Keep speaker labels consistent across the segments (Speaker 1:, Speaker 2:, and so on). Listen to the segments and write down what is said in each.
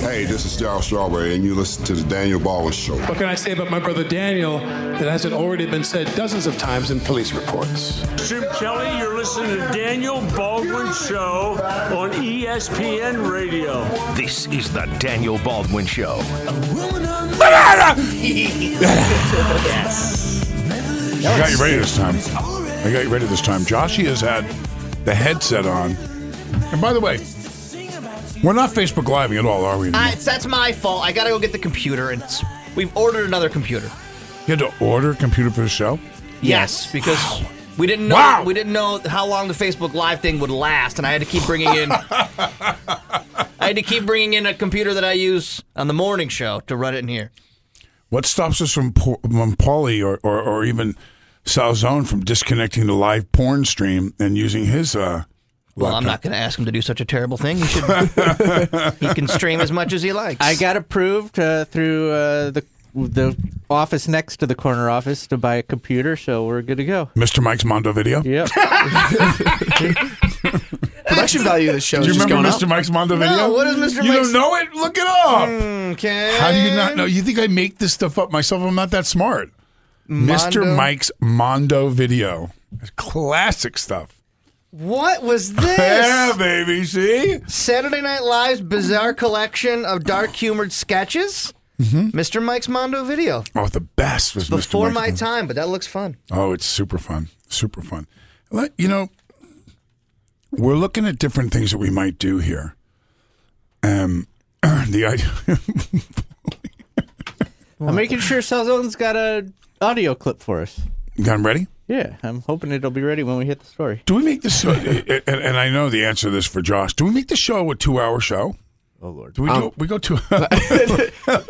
Speaker 1: Hey, this is Daryl Strawberry, and you listen to the Daniel Baldwin Show.
Speaker 2: What can I say about my brother Daniel that hasn't already been said dozens of times in police reports?
Speaker 3: Jim Kelly, you're listening to Daniel Baldwin Show on E ESPN Radio.
Speaker 4: This is the Daniel Baldwin Show.
Speaker 5: I got you ready this time. I got you ready this time. Joshy has had the headset on. And by the way, we're not Facebook Living at all, are we?
Speaker 6: I, it's- that's my fault. I gotta go get the computer, and it's, we've ordered another computer.
Speaker 5: you had to order a computer for the show?
Speaker 6: Yes, because we didn't know
Speaker 5: Wow.
Speaker 6: we didn't know how long the Facebook Live thing would last, and I had to keep bringing in. I had to keep bringing in a computer that I use on the morning show to run it in here.
Speaker 5: What stops us from, po- from Paulie or, or, or even Salzone from disconnecting the live porn stream and using his uh,
Speaker 6: Well,
Speaker 5: laptop?
Speaker 6: I'm not going to ask him to do such a terrible thing. He should. he can stream as much as he likes.
Speaker 7: I got approved uh, through uh, the the office next to the corner office to buy a computer, so we're good to go.
Speaker 5: Mr. Mike's Mondo video?
Speaker 7: Yep.
Speaker 8: Production value of the show
Speaker 5: Do you
Speaker 8: is just
Speaker 5: remember
Speaker 8: going
Speaker 5: Mr. Mike's Mondo video?
Speaker 6: what is Mr.
Speaker 5: You don't
Speaker 6: Mike's-
Speaker 5: know it? Look it up.
Speaker 6: Okay.
Speaker 5: How do you not know? You think I make this stuff up myself? I'm not that smart. Mr. Mike's Mondo video. Classic stuff.
Speaker 6: What was
Speaker 5: Yeah,
Speaker 6: this?
Speaker 5: baby. See?
Speaker 6: Saturday Night Live's bizarre collection of dark humored sketches. Mr. Mike's Mondo video
Speaker 5: Oh, the best was
Speaker 6: before
Speaker 5: Mr.
Speaker 6: my
Speaker 5: Mike's.
Speaker 6: time, but that looks fun.
Speaker 5: Oh, it's super fun. Super fun. Let- You know, we're looking at different things that we might do here. Um, the idea.
Speaker 7: I'm making sure Salzone's got a audio clip for us.
Speaker 5: Got 'em ready?
Speaker 7: Yeah, I'm hoping it'll be ready when we hit the story.
Speaker 5: Do we make this? and, and I know the answer to this for Josh. Do we make the show a two-hour show?
Speaker 7: Oh lord.
Speaker 5: Do we go? We go to Um,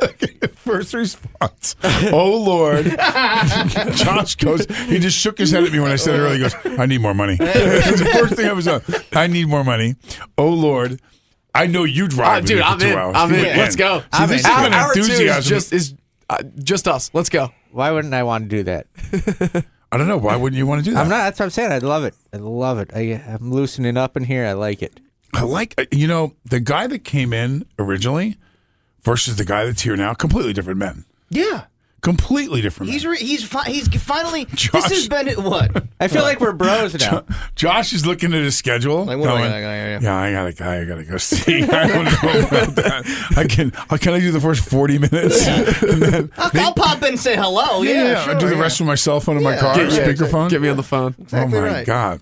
Speaker 5: first response. Oh Lord! Josh goes. He just shook his head at me when I said it earlier. He goes, "I need more money." the first thing I was, uh, "I need more money." Oh Lord! I know you
Speaker 8: Oh,
Speaker 5: drive.
Speaker 8: dude,
Speaker 5: with me for
Speaker 8: I'm
Speaker 5: two
Speaker 8: in.
Speaker 5: Hours.
Speaker 8: I'm
Speaker 5: You
Speaker 8: in.
Speaker 5: would
Speaker 8: Let's go.
Speaker 5: See,
Speaker 8: I'm
Speaker 5: this
Speaker 8: in.
Speaker 5: is
Speaker 8: Hour,
Speaker 5: an
Speaker 8: hour two is
Speaker 5: enthusiasm.
Speaker 8: just is uh, just us. Let's go.
Speaker 7: Why wouldn't I want to do that?
Speaker 5: I don't know. Why wouldn't you want to do that?
Speaker 7: I'm not. That's what I'm saying. I love it. I love it. I, I'm loosening up in here. I like it.
Speaker 5: I like uh, you know the guy that came in originally versus the guy that's here now. Completely different men.
Speaker 6: Yeah.
Speaker 5: Completely different.
Speaker 6: He's
Speaker 5: men.
Speaker 6: re- he's fi- he's finally.
Speaker 5: Josh.
Speaker 6: This has been what?
Speaker 7: I feel like we're bros now.
Speaker 5: Josh is looking at his schedule.
Speaker 6: Like, what do I
Speaker 5: going,
Speaker 6: gotta- gotta-
Speaker 5: yeah, I gotta, I gotta go see. I don't know about that. I can, I can I do the first forty minutes? And then-
Speaker 6: I'll, I'll pop in and say hello. Yeah, sure,
Speaker 5: I do the
Speaker 6: yeah.
Speaker 5: rest with my cell phone and my
Speaker 6: Yeah.
Speaker 5: car
Speaker 6: Get-
Speaker 8: Yeah,
Speaker 5: speakerphone.
Speaker 8: Get me on the phone.
Speaker 5: oh my
Speaker 6: right.
Speaker 5: god!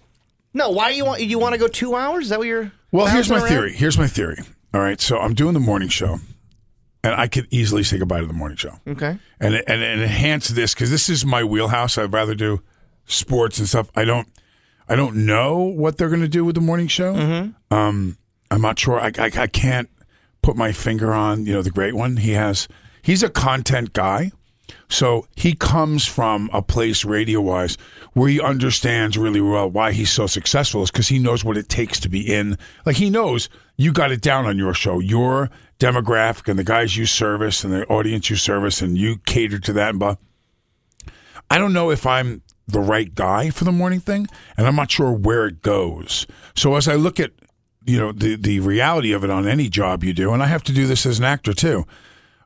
Speaker 6: No, why do you want you want to go two hours? Is that what you're?
Speaker 5: Well, here's
Speaker 6: bouncing
Speaker 5: my
Speaker 6: around?
Speaker 5: theory. Here's my theory. All right, so I'm doing the morning show, and I could easily say goodbye to the morning show.
Speaker 6: Okay.
Speaker 5: and and, and enhance this because this is my wheelhouse. I'd rather do sports and stuff. I don't I don't know what they're going to do with the morning show. Um, I'm not sure. I, I I can't put my finger on you know the great one. He has he's a content guy. So he comes from a place radio wise where he understands really well why he's so successful is because he knows what it takes to be in. Like he knows you got it down on your show, your demographic and the guys you service and the audience you service and you cater to that and blah. I don't know if I'm the right guy for the morning thing, and I'm not sure where it goes. So as I look at you know the the reality of it on any job you do, and I have to do this as an actor too.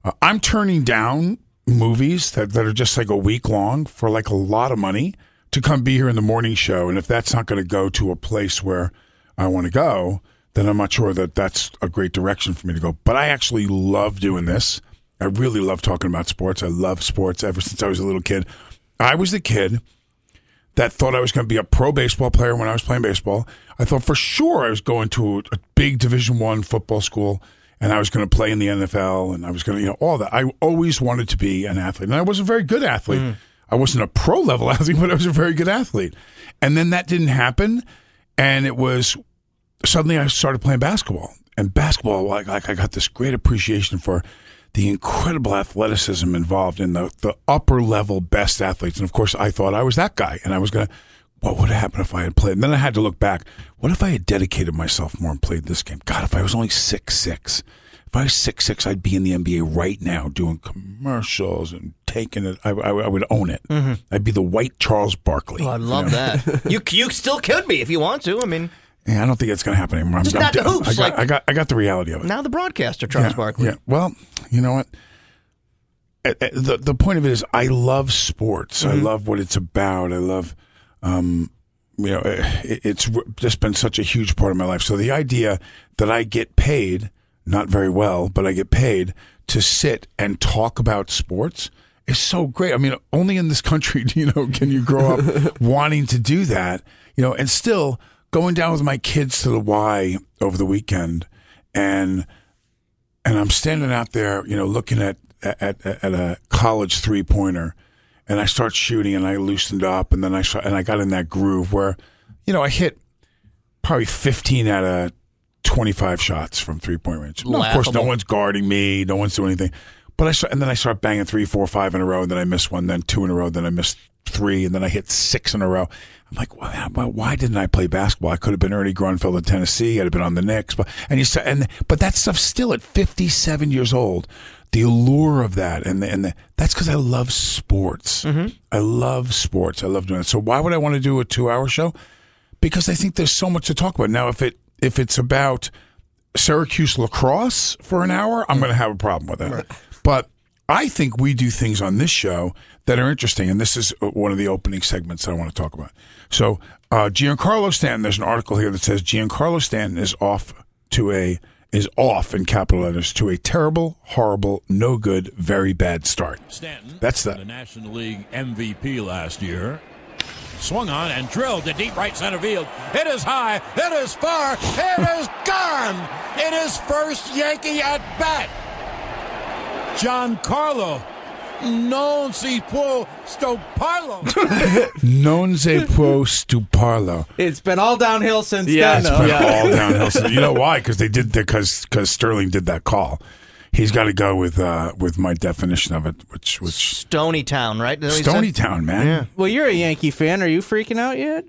Speaker 5: Uh, I'm turning down movies that, that are just like a week long for like a lot of money to come be here in the morning show, and if that's not going to go to a place where I want to go, then I'm not sure that that's a great direction for me to go. But I actually love doing this. I really love talking about sports. I love sports ever since I was a little kid. I was the kid that thought I was going to be a pro baseball player when I was playing baseball. I thought for sure I was going to a, a big Division One football school, and I was going to play in the NFL, and I was going to you know all that. I always wanted to be an athlete, and I was a very good athlete. I wasn't a pro level athlete, but I was a very good athlete. And then that didn't happen, and it was suddenly I started playing basketball. And basketball, like, like I got this great appreciation for the incredible athleticism involved in the, the upper level best athletes. And of course, I thought I was that guy. And I was going to, what would have happened if I had played? And then I had to look back. What if I had dedicated myself more and played this game? God, if I was only six six, if I was six six, I'd be in the NBA right now doing commercials and taking it. I, I, I would own it. I'd be the white Charles Barkley.
Speaker 6: Oh, I love that. you you still could be if you want to. I mean,
Speaker 5: Yeah, I don't think it's going to happen anymore. I'm,
Speaker 6: Just
Speaker 5: I'm
Speaker 6: not the
Speaker 5: done.
Speaker 6: hoops,
Speaker 5: I got,
Speaker 6: like-
Speaker 5: I got, I got the reality of it.
Speaker 6: Now the broadcaster, Charles Barkley.
Speaker 5: Yeah. Well, you know what? Eh, eh, The the point of it is, I love sports. I
Speaker 6: Mm-hmm.
Speaker 5: love what it's about. I love, um, you know, eh, it, it's r- just been such a huge part of my life. So the idea that I get paid, not very well, but I get paid to sit and talk about sports is so great. I mean, only in this country, you know, can you grow up wanting to do that, you know, and still going down with my kids to the Y over the weekend and and I'm standing out there, you know, looking at at, at a college three pointer, and I start shooting, and I loosened up, and then I start, and I got in that groove where, you know, I hit probably 15 out of 25 shots from three point range. Now, of course, no
Speaker 6: Laughable.
Speaker 5: one's guarding me, no one's doing anything, but I start, and then I start banging three, four, five in a row, and then I miss one, then two in a row, then I miss three, and then I hit six in a row. I'm like, wow, why- why didn't I play basketball? I could have been Ernie Grunfeld of Tennessee. I'd have been on the Knicks, but and you st- and but that stuff still at 57 years old, the allure of that, and the, and the, that's because I love sports. I love sports. I love doing it. So why would I want to do a two hour show? Because I think there's so much to talk about now. If it if it's about Syracuse lacrosse for an hour, I'm going to have a problem with that. But I think we do things on this show that are interesting, and this is uh, one of the opening segments that I want to talk about. So uh, Giancarlo Stanton, there's an article here that says Giancarlo Stanton is off to a is off in capital letters to a terrible, horrible, no good, very bad start.
Speaker 9: Stanton.
Speaker 5: That's that.
Speaker 9: The National League MVP last year. Swung on and drilled to deep right center field. It is high. It is far. It is gone. It is first Yankee at bat. Giancarlo. Non si può stoparlo.
Speaker 5: Non se può stuparlo.
Speaker 7: It's been all downhill since
Speaker 8: Yeah,
Speaker 7: then.
Speaker 8: it's
Speaker 7: though.
Speaker 5: It's been all downhill. since- you know why? Because they did because because Sterling did that call. He's got to go with uh, with my definition of it, which which
Speaker 6: Stony Town, right? Is that what he said?
Speaker 5: Stony Town, man.
Speaker 7: Well, you're a Yankee fan. Are you freaking out yet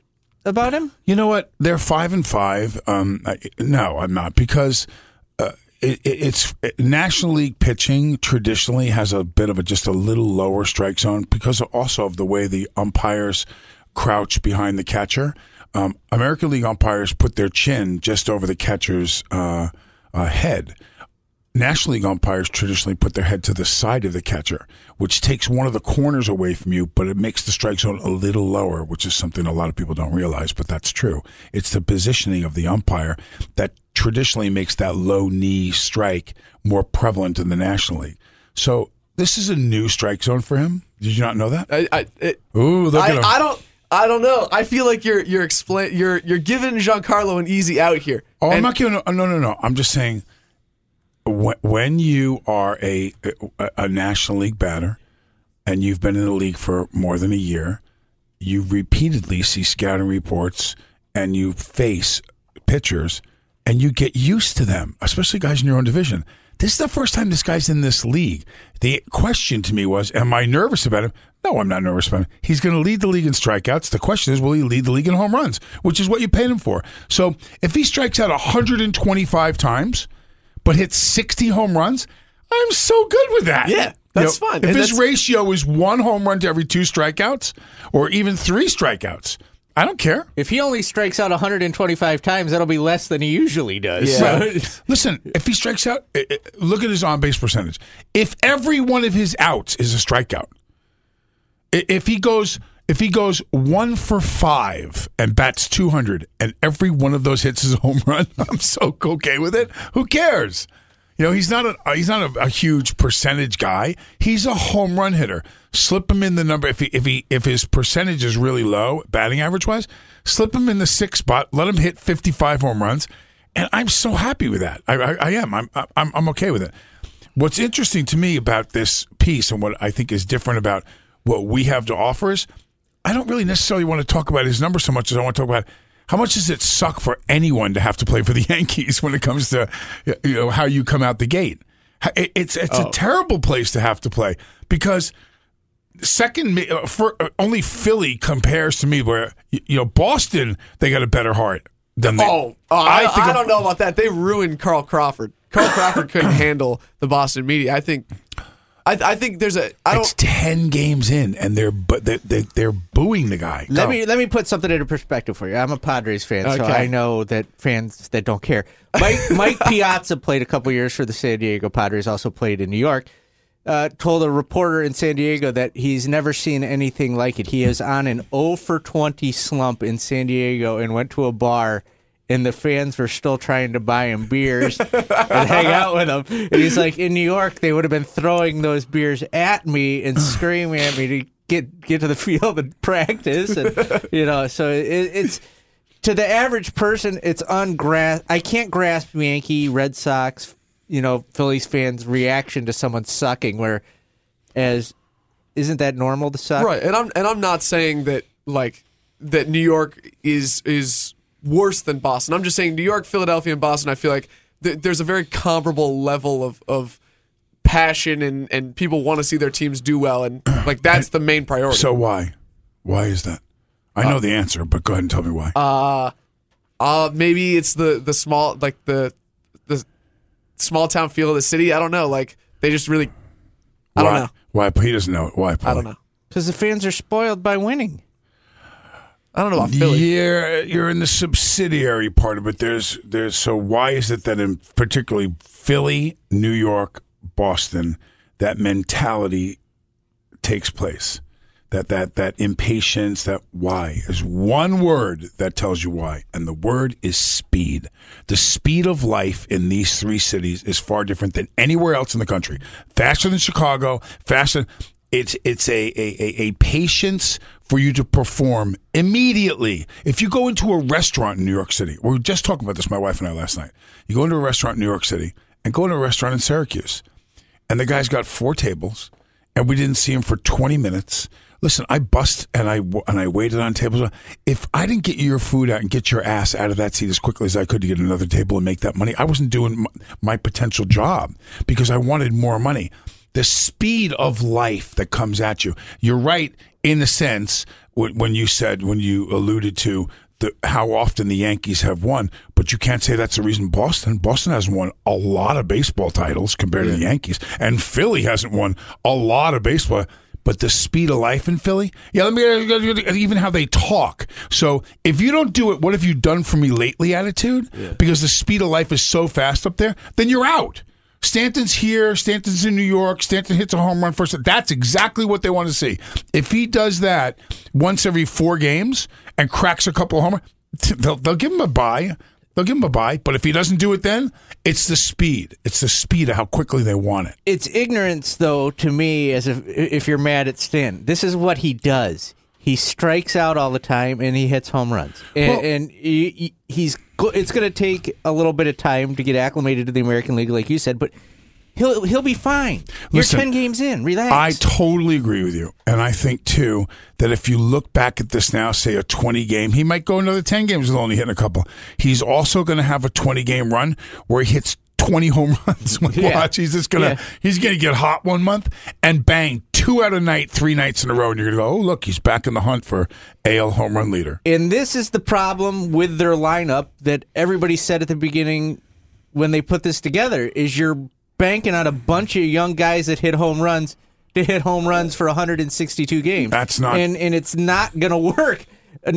Speaker 7: about him?
Speaker 5: You know what? They're five and five. Um, I, no, I'm not because uh, it, it, it's National League pitching traditionally has a bit of a just a little lower strike zone because also of the way the umpires crouch behind the catcher. Um, American League umpires put their chin just over the catcher's uh, uh, head. National League umpires traditionally put their head to the side of the catcher, which takes one of the corners away from you, but it makes the strike zone a little lower, which is something a lot of people don't realize, but that's true. It's the positioning of the umpire that traditionally makes that low knee strike more prevalent in the National League. So this is a new strike zone for him. Did you not know that?
Speaker 8: I, I, it,
Speaker 5: Ooh, look at
Speaker 8: I,
Speaker 5: him.
Speaker 8: I don't. I don't know. I feel like you're you're explain you're you're giving Giancarlo an easy out here.
Speaker 5: Oh, I'm
Speaker 8: And-
Speaker 5: not giving. No, no, no. I'm just saying, when, when you are a, a a National League batter, and you've been in the league for more than a year, you repeatedly see scouting reports, and you face pitchers, and you get used to them, especially guys in your own division. This is the first time this guy's in this league. The question to me was, am I nervous about him? No, I'm not nervous about him. He's going to lead the league in strikeouts. The question is, will he lead the league in home runs, which is what you paid him for? So if he strikes out 125 times, but hits 60 home runs, I'm so good with that.
Speaker 8: Yeah, that's fine.
Speaker 5: If
Speaker 8: And
Speaker 5: his
Speaker 8: that's-
Speaker 5: ratio is one home run to every two strikeouts or even three strikeouts, I don't care.
Speaker 7: If he only strikes out 125 times, that'll be less than he usually does.
Speaker 8: Yeah.
Speaker 7: So-
Speaker 5: Listen, if he strikes out, i- i- look at his on base percentage. If every one of his outs is a strikeout, i- if he goes if he goes one for five and bats two hundred, and every one of those hits is a home run, I'm so okay with it. Who cares? You know, he's not a uh, he's not a, a huge percentage guy. He's a home run hitter. Slip him in the number if he if he if his percentage is really low, batting average wise, slip him in the sixth spot. Let him hit fifty five home runs, and I'm so happy with that. I I, I am. I'm, I'm I'm okay with it. What's interesting to me about this piece and what I think is different about what we have to offer is I don't really necessarily want to talk about his numbers so much as I want to talk about how much does it suck for anyone to have to play for the Yankees when it comes to you know how you come out the gate. Ha- it- It's it's
Speaker 8: Oh.
Speaker 5: a terrible place to have to play because second mi- uh, for, uh, only Philly compares to me where y- you know Boston they got a better heart than they.
Speaker 8: Oh, uh, I, I,
Speaker 5: think of-
Speaker 8: don't know about that. They ruined Carl Crawford. Carl Crawford couldn't handle the Boston media. I think I, I think there's a. I
Speaker 5: It's
Speaker 8: don't.
Speaker 5: ten games in, and they're but they're, they're, they're booing the guy.
Speaker 7: Let me let me put something into perspective for you. I'm a Padres fan, so
Speaker 2: Okay.
Speaker 7: I know that fans that don't care. Mike Mike Piazza played a couple years for the San Diego Padres, also played in New York. Uh, told a reporter in San Diego that he's never seen anything like it. He is on an 0 for 20 slump in San Diego and went to a bar. And the fans were still trying to buy him beers and hang out with him. And he's like, in New York, they would have been throwing those beers at me and screaming at me to get get to the field and practice and you know so it, it's to the average person it's ungras i can't grasp yankee red sox you know phillies fans reaction to someone sucking where as isn't that normal to suck
Speaker 8: Right, and I'm and I'm not saying that like that New York is is worse than Boston. I'm just saying New York, Philadelphia, and Boston. I feel like th- there's a very comparable level of of passion and and people want to see their teams do well, and like that's the main priority.
Speaker 5: So why? Why is that? I know the answer, but go ahead and tell me why.
Speaker 8: Uh, maybe it's the the small like the the small town feel of the city. I don't know. Like they just really,
Speaker 5: why?
Speaker 8: I don't know.
Speaker 5: Why he doesn't know it? Why?
Speaker 8: I don't know.
Speaker 7: because the fans are spoiled by winning
Speaker 8: I don't know about Philly.
Speaker 5: Yeah, you're in the subsidiary part of it. There's there's so why is it that in particularly Philly, New York, Boston, that mentality takes place. That that that impatience, that why is one word that tells you why, and the word is speed. The speed of life in these three cities is far different than anywhere else in the country. Faster than Chicago, faster. It's it's a a, a, a patience for you to perform immediately. If you go into a restaurant in New York City, we were just talking about this, my wife and I last night. You go into a restaurant in New York City and go into a restaurant in Syracuse and the guy's got four tables, and we didn't see him for 20 minutes. Listen, I bust and I and I waited on tables. If I didn't get your food out and get your ass out of that seat as quickly as I could to get another table and make that money, I wasn't doing my, my potential job because I wanted more money. The speed of life that comes at you. You're right in a sense when, when you said when you alluded to the, how often the Yankees have won, but you can't say that's the reason Boston. Boston has won a lot of baseball titles compared to the Yankees, and Philly hasn't won a lot of baseball. But the speed of life in Philly, yeah. Let me uh, even how they talk. So if you don't do it, what have you done for me lately? Attitude, because the speed of life is so fast up there. Then you're out. Stanton's here. Stanton's in New York. Stanton hits a home run first. That's exactly what they want to see. If he does that once every four games and cracks a couple homer, t- they'll, they'll give him a buy. They'll give him a buy. But if he doesn't do it, then it's the speed. It's the speed of how quickly they want it.
Speaker 7: it's ignorance though to me as if if you're mad at Stan. This is what he does. He strikes out all the time and he hits home runs. And,
Speaker 5: Well-
Speaker 7: and he, he- he's go- it's going to take a little bit of time to get acclimated to the American League like you said, but he'll he'll be fine.
Speaker 5: Listen,
Speaker 7: you're 10 games in. Relax.
Speaker 5: I totally agree with you. And I think, too, that if you look back at this now, say a 20 game, he might go another 10 games with only hitting a couple. He's also going to have a 20 game run where he hits 20 home runs. Like,
Speaker 7: Yeah.
Speaker 5: Watch, he's just going to
Speaker 7: Yeah.
Speaker 5: he's going to get hot one month and bang two out of night, three nights in a row. And you're going to go, oh, look, he's back in the hunt for AL home run leader.
Speaker 7: And this is the problem with their lineup that everybody said at the beginning when they put this together is you're banking on a bunch of young guys that hit home runs to hit home runs for 162 games.
Speaker 5: That's not-
Speaker 7: and and it's not going to work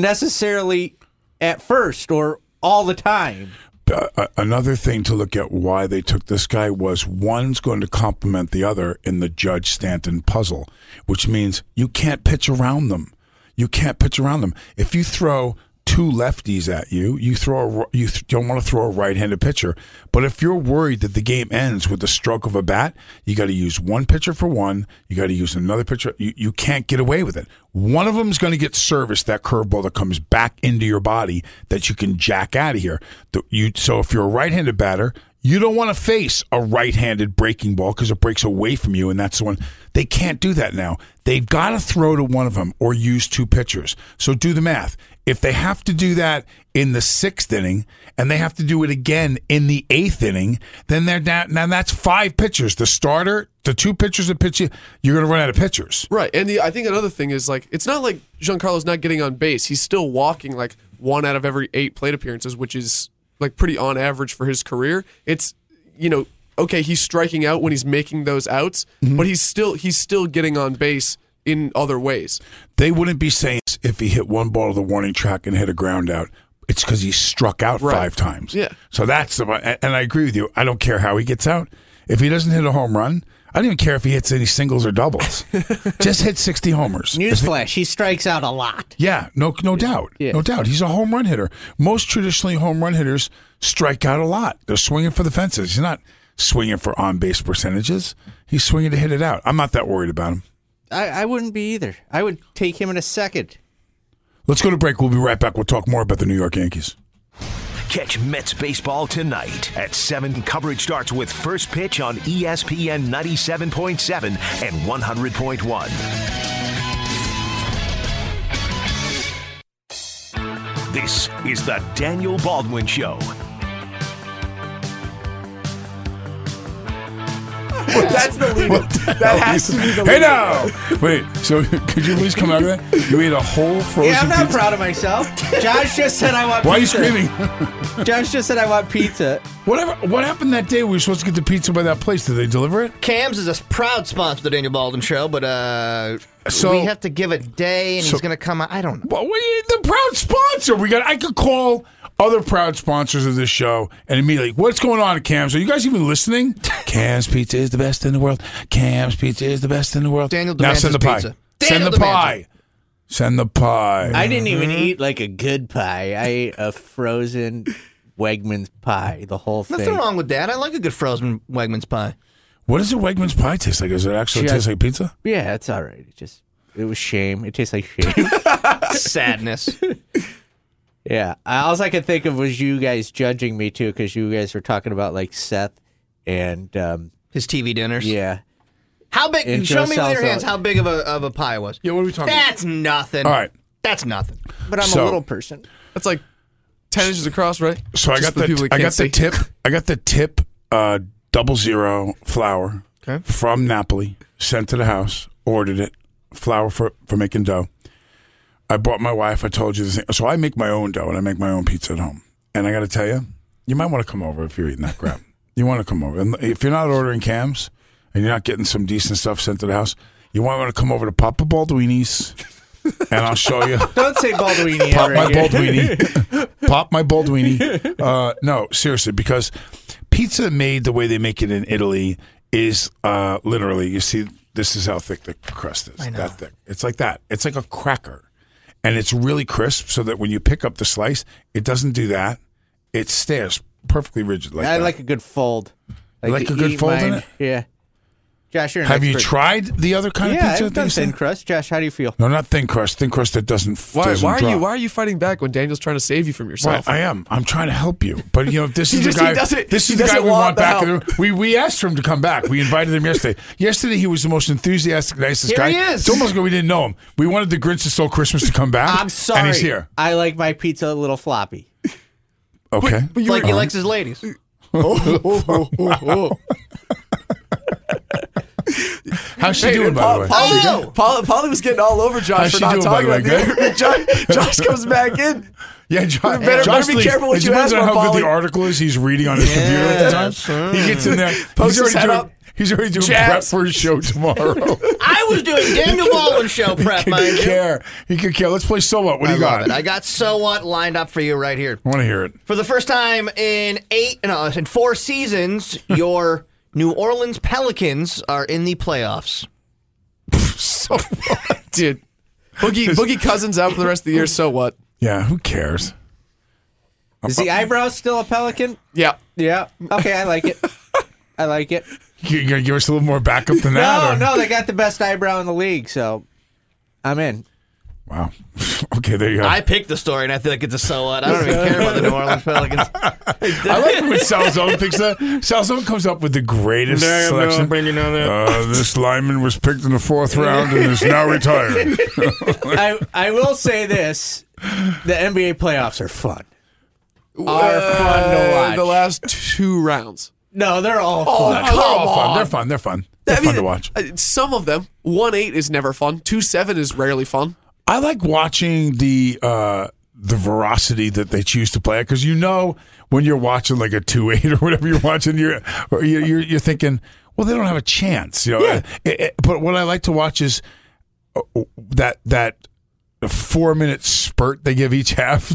Speaker 7: necessarily at first or all the time.
Speaker 5: uh, another thing to look at why they took this guy was one's going to complement the other in the Judge Stanton puzzle, which means you can't pitch around them. You can't pitch around them. If you throw two lefties at you, you throw a, r- you th- don't want to throw a right-handed pitcher. But if you're worried that the game ends with the stroke of a bat, you got to use one pitcher for one. You got to use another pitcher. You, you can't get away with it. One of them is going to get serviced that curveball that comes back into your body that you can jack out of here. The- you, so if you're a right-handed batter, you don't want to face a right-handed breaking ball because it breaks away from you, and that's the one. They can't do that now. They've got to throw to one of them or use two pitchers. So do the math. If they have to do that in the sixth inning and they have to do it again in the eighth inning, then they're down. Now that's five pitchers. The starter, the two pitchers that pitch you, you're going to run out of pitchers.
Speaker 8: Right, and the I think another thing is like it's not like Giancarlo's not getting on base. He's still walking like one out of every eight plate appearances, which is like pretty on average for his career. It's you know okay, he's striking out when he's making those outs,
Speaker 5: Mm-hmm.
Speaker 8: but he's still he's still getting on base in other ways.
Speaker 5: They wouldn't be Saints if he hit one ball to the warning track and hit a ground out. It's because he struck out
Speaker 8: Right.
Speaker 5: five times.
Speaker 8: Yeah.
Speaker 5: So that's the one- and I agree with you. I don't care how he gets out. If he doesn't hit a home run, I don't even care if he hits any singles or doubles. Just hit sixty homers. If he-
Speaker 7: Newsflash, he strikes out a lot.
Speaker 5: Yeah, no, no doubt,
Speaker 7: Yeah.
Speaker 5: no doubt. He's a home run hitter. Most traditionally, home run hitters strike out a lot. They're swinging for the fences. He's not swinging for on base percentages. He's swinging to hit it out. I'm not that worried about him.
Speaker 7: I, I wouldn't be either. I would take him in a second.
Speaker 5: Let's go to break. We'll be right back. We'll talk more about the New York Yankees.
Speaker 4: Catch Mets baseball tonight at 7. Coverage starts with first pitch on E ESPN 97.7 and 100.1. This is the Daniel Baldwin Show.
Speaker 8: That's the lead. that has to be the lead.
Speaker 5: Hey now, wait. So could you please come out of that? You ate a whole frozen.
Speaker 7: Yeah, I'm not
Speaker 5: pizza.
Speaker 7: proud of myself. Josh just said I want
Speaker 5: Why are you
Speaker 7: pizza.
Speaker 5: screaming?
Speaker 7: Josh just said I want pizza.
Speaker 5: Whatever. What happened that day? We were supposed to get the pizza by that place. Did they deliver it?
Speaker 6: Cam's is a proud sponsor of the Daniel Baldwin Show, but uh,
Speaker 5: So-
Speaker 6: we have to give a day, and
Speaker 5: So-
Speaker 6: he's going to come out. I don't know.
Speaker 5: Well, we the proud sponsor. We got. I could call other proud sponsors of this show and immediately, what's going on, at Cam's? Are you guys even listening? Cam's Pizza is the best in the world. Cam's Pizza is the best in the world.
Speaker 6: Daniel
Speaker 5: now
Speaker 6: demands
Speaker 5: send the
Speaker 6: his
Speaker 5: pie.
Speaker 6: pizza.
Speaker 5: Send
Speaker 6: Daniel
Speaker 5: the pie.
Speaker 6: demands
Speaker 5: Send the pie.
Speaker 7: I didn't even
Speaker 5: Mm-hmm.
Speaker 7: eat like a good pie. I ate a frozen Wegman's pie, the whole thing.
Speaker 6: Nothing wrong with that. I like a good frozen Wegman's pie.
Speaker 5: what does a Wegman's pie taste like? Does it actually
Speaker 7: She has-
Speaker 5: taste like pizza?
Speaker 7: Yeah, it's all right. It just it was shame. It tastes like shame.
Speaker 6: Sadness.
Speaker 7: yeah. All I could think of was you guys judging me too, because you guys were talking about like Seth and um,
Speaker 6: His TV dinners.
Speaker 7: yeah.
Speaker 6: How big?
Speaker 7: And
Speaker 6: show
Speaker 7: Joe
Speaker 6: me with your
Speaker 7: Salsa.
Speaker 6: hands how big of a of a pie it was.
Speaker 5: Yeah, what are we talking about?
Speaker 6: That's nothing.
Speaker 5: All right.
Speaker 6: That's nothing.
Speaker 7: But I'm
Speaker 5: So-
Speaker 7: a little person.
Speaker 8: That's like ten inches across, right?
Speaker 5: So I
Speaker 8: Just
Speaker 5: got
Speaker 8: for
Speaker 5: the,
Speaker 8: people that
Speaker 5: I got
Speaker 8: can't
Speaker 5: the
Speaker 8: see.
Speaker 5: tip. I got the tip uh, double zero flour
Speaker 6: Okay.
Speaker 5: from Napoli. Sent to the house. Ordered it. Flour for for making dough. I bought my wife. I told you this. Thing. So I make my own dough and I make my own pizza at home. And I got to tell you, you might want to come over if you're eating that crap. you want to come over. And if you're not ordering cams and you're not getting some decent stuff sent to the house, you might want to come over to Papa Baldwini's and I'll show you.
Speaker 7: Don't say Baldwini.
Speaker 5: Pop
Speaker 7: ever
Speaker 5: my
Speaker 7: again.
Speaker 5: Baldwini. Pop my Baldwini. Uh, no, seriously, because pizza made the way they make it in Italy is uh, literally, you see, this is how thick the crust is. That thick. It's like that. It's like a cracker. And it's really crisp so that when you pick up the slice, it doesn't do that. It stays perfectly rigid like
Speaker 7: I
Speaker 5: that.
Speaker 7: like a good fold.
Speaker 5: like
Speaker 7: to
Speaker 5: a good
Speaker 7: eat
Speaker 5: fold in
Speaker 7: mine-
Speaker 5: it?
Speaker 7: Yeah. Josh, you're an
Speaker 5: Have you
Speaker 7: expert.
Speaker 5: tried the other kind
Speaker 7: Yeah,
Speaker 5: of pizza?
Speaker 7: I've
Speaker 5: that
Speaker 7: done
Speaker 5: they
Speaker 7: thin
Speaker 5: sell?
Speaker 7: crust. Josh, how do you feel?
Speaker 5: no, not thin crust. Thin crust that doesn't.
Speaker 8: Why,
Speaker 5: doesn't
Speaker 8: why are you
Speaker 5: drop.
Speaker 8: why are you fighting back when Daniel's trying to save you from
Speaker 5: Well,
Speaker 8: yourself?
Speaker 5: I am. I'm trying to help you, but you know if this
Speaker 8: He
Speaker 5: is
Speaker 8: just-
Speaker 5: the
Speaker 8: he
Speaker 5: guy.
Speaker 8: doesn't-
Speaker 5: This
Speaker 8: he
Speaker 5: is the guy
Speaker 8: doesn't
Speaker 5: we
Speaker 8: want
Speaker 5: want
Speaker 8: the
Speaker 5: back. in
Speaker 8: help.
Speaker 5: the- We we asked for him to come back. We invited him yesterday. yesterday he was the most enthusiastic, nicest
Speaker 6: Here
Speaker 5: guy.
Speaker 6: he is.
Speaker 5: It's almost like we didn't know him. We wanted the Grinch that Stole Christmas to come back.
Speaker 7: I'm sorry.
Speaker 5: and he's here.
Speaker 7: I like my pizza a little floppy.
Speaker 5: Okay,
Speaker 6: It's like he likes his ladies.
Speaker 5: how's she doing by the way?
Speaker 8: Polly,
Speaker 6: Oh,
Speaker 8: Polly, Polly was getting all over Josh
Speaker 5: How's
Speaker 8: for
Speaker 5: she
Speaker 8: not
Speaker 5: doing, by
Speaker 8: talking
Speaker 5: the way,
Speaker 8: about the Josh, Josh comes back in.
Speaker 5: yeah, John.
Speaker 8: better-
Speaker 5: Josh
Speaker 8: better be
Speaker 5: Lee-
Speaker 8: careful what
Speaker 5: it
Speaker 8: you
Speaker 5: depends
Speaker 8: ask
Speaker 5: on
Speaker 8: for,
Speaker 5: how good
Speaker 8: Polly.
Speaker 5: the article is. He's reading on his computer at the time. He gets in there.
Speaker 8: Pokes
Speaker 5: he's
Speaker 8: his
Speaker 5: already
Speaker 8: head
Speaker 5: doing.
Speaker 8: up.
Speaker 5: He's already doing prep
Speaker 8: Jabs.
Speaker 5: for his show tomorrow.
Speaker 6: I was doing Daniel Baldwin show prep,
Speaker 5: he
Speaker 6: mind
Speaker 5: could
Speaker 6: you.
Speaker 5: care. He could care. Let's play so what. What do
Speaker 6: I
Speaker 5: you
Speaker 6: love
Speaker 5: got?
Speaker 6: it. I got so what lined up for you right here.
Speaker 5: want to hear it.
Speaker 6: For the first time in eight, no, in four seasons, your New Orleans Pelicans are in the playoffs.
Speaker 8: Dude, Boogie Boogie Cousins out for the rest of the year. So what?
Speaker 5: Yeah, who cares?
Speaker 7: Is the eyebrow still a pelican?
Speaker 8: Yeah,
Speaker 7: Yeah. Okay, I like it. I like it.
Speaker 5: You gonna give us a little more backup than
Speaker 7: No,
Speaker 5: that? or-
Speaker 7: no, they got the best eyebrow in the league, so I'm in.
Speaker 5: Wow. okay, there you go.
Speaker 6: I
Speaker 5: I,
Speaker 6: picked the story, and I feel like it's a so what. I don't even care about the New Orleans Pelicans.
Speaker 5: like when Salzone picks that. Salzone comes up with the greatest selection. Uh, this lineman was picked in the fourth round and is now retired.
Speaker 7: I I will say this: the NBA playoffs are fun. Are fun to
Speaker 8: Uh,
Speaker 7: watch.
Speaker 8: the last two rounds.
Speaker 7: no, they're all fun.
Speaker 5: They're all fun. They're fun. They're fun. They're
Speaker 8: I
Speaker 5: fun
Speaker 8: mean,
Speaker 5: to watch.
Speaker 8: uh, Some of them. One eight is never fun. Two seven is rarely fun.
Speaker 5: I like watching the uh, the veracity that they choose to play because you know when you're watching like a two eight or whatever you're watching, you're or you're, you're you're thinking, well, they don't have a chance, you know.
Speaker 7: Yeah.
Speaker 5: It- it- but what I like to watch is uh, that that four minute spurt they give each half to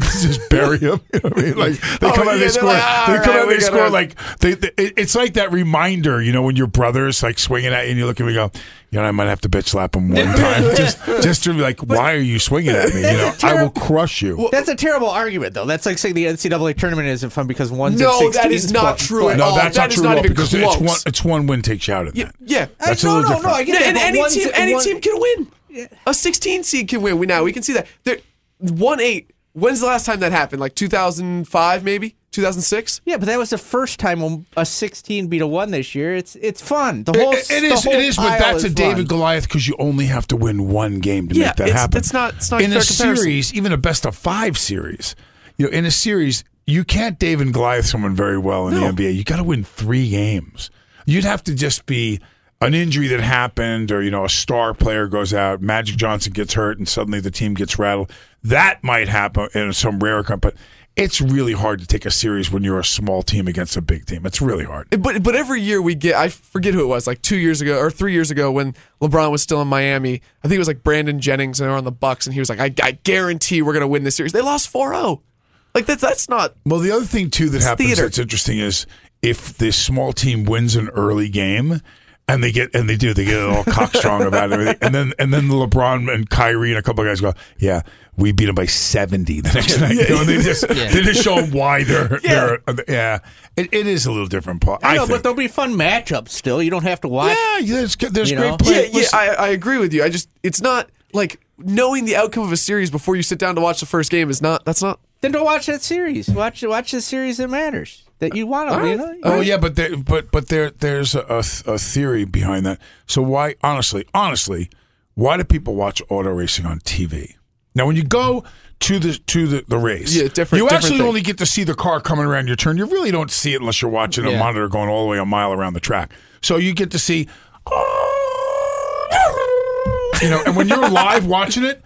Speaker 5: just bury them. You know what I mean? Like they
Speaker 8: Oh,
Speaker 5: come
Speaker 8: yeah,
Speaker 5: out, they
Speaker 8: they're
Speaker 5: score,
Speaker 8: like, "Ah,
Speaker 5: they
Speaker 8: all
Speaker 5: come
Speaker 8: right,
Speaker 5: out,
Speaker 8: we
Speaker 5: they
Speaker 8: gotta-"
Speaker 5: score. Like they, they, it- it's like that reminder, you know, when your brother's like swinging at you and you look at me and go, you know, I might have to bitch slap him one time just just to be like, why are you swinging at me? You know, I will crush you.
Speaker 7: That's a terrible argument, though. That's like saying the NCAA tournament isn't fun because one's at
Speaker 8: No,
Speaker 7: 16.
Speaker 8: that is not true at
Speaker 5: no,
Speaker 8: all.
Speaker 5: that's
Speaker 8: oh, That
Speaker 5: not
Speaker 8: is
Speaker 5: true
Speaker 8: not
Speaker 5: at all
Speaker 8: even
Speaker 5: because
Speaker 8: close.
Speaker 5: it's one it's one win takes you out of
Speaker 8: Yeah,
Speaker 5: that.
Speaker 8: yeah.
Speaker 7: I-
Speaker 5: That's a
Speaker 7: no,
Speaker 5: little
Speaker 7: no,
Speaker 5: different.
Speaker 7: no. I get
Speaker 8: No,
Speaker 7: that.
Speaker 8: and
Speaker 7: but
Speaker 8: any
Speaker 7: one's
Speaker 8: team,
Speaker 7: at
Speaker 8: any
Speaker 7: one-
Speaker 8: team can win. A 16 seed can win. We now we can see that. There, one eight. When's the last time that happened? Like 2005, maybe 2006.
Speaker 7: Yeah, but that was the first time when a 16 beat a one this year. It's it's fun. The whole
Speaker 5: It- it is,
Speaker 7: the
Speaker 5: it
Speaker 7: whole
Speaker 5: is, but
Speaker 7: pile
Speaker 5: that's
Speaker 7: is
Speaker 5: a David
Speaker 7: fun.
Speaker 5: Goliath because you only have to win one game to
Speaker 8: Yeah,
Speaker 5: make that
Speaker 8: it's-
Speaker 5: happen.
Speaker 8: it's not- it's not a
Speaker 5: in
Speaker 8: fair
Speaker 5: a
Speaker 8: comparison.
Speaker 5: series, even a best of five series. You know, in a series, you can't David Goliath someone very well in
Speaker 8: No.
Speaker 5: the NBA. You got to win three games. You'd have to just be an injury that happened, or you know, a star player goes out, Magic Johnson gets hurt, and suddenly the team gets rattled. That might happen in some rare comp, but it's really hard to take a series when you're a small team against a big team. It's really hard.
Speaker 8: But but every year we get I forget who it was like two years ago or three years ago when LeBron was still in Miami I think it was like Brandon Jennings and they were on the Bucks and he was like I, I guarantee we're gonna win this series they lost 4-0 like that's that's not
Speaker 5: Well, the other thing too that happens
Speaker 8: theater.
Speaker 5: that's interesting is if this small team wins an early game. And they get and they do they get all cockstrong about it, and everything. and then and then LeBron and Kyrie and a couple of guys go, yeah, we beat them by seventy the next night. You know, and they just they just show them why they're yeah. they're yeah. It, it is a little different, Paul. I,
Speaker 7: I know,
Speaker 5: think.
Speaker 7: but there'll be fun matchups still. You don't have to watch.
Speaker 5: yeah, there's there's
Speaker 7: You
Speaker 5: great
Speaker 7: know?
Speaker 5: play.
Speaker 8: yeah yeah I, I agree with you I just it's not like knowing the outcome of a series before you sit down to watch the first game is not that's not
Speaker 7: Then don't watch that series. Watch watch the series that matters that you want to. You know.
Speaker 5: Oh yeah, but there, but but there there's a, a, a theory behind that. So why, honestly, honestly, why do people watch auto racing on TV? Now, when you go to the to the, the race,
Speaker 8: Yeah, different-
Speaker 5: You
Speaker 8: different
Speaker 5: actually
Speaker 8: thing.
Speaker 5: only get to see the car coming around your turn. You really don't see it unless you're watching a monitor going all the way a mile around the track. So you get to see, you know, and when you're live watching it.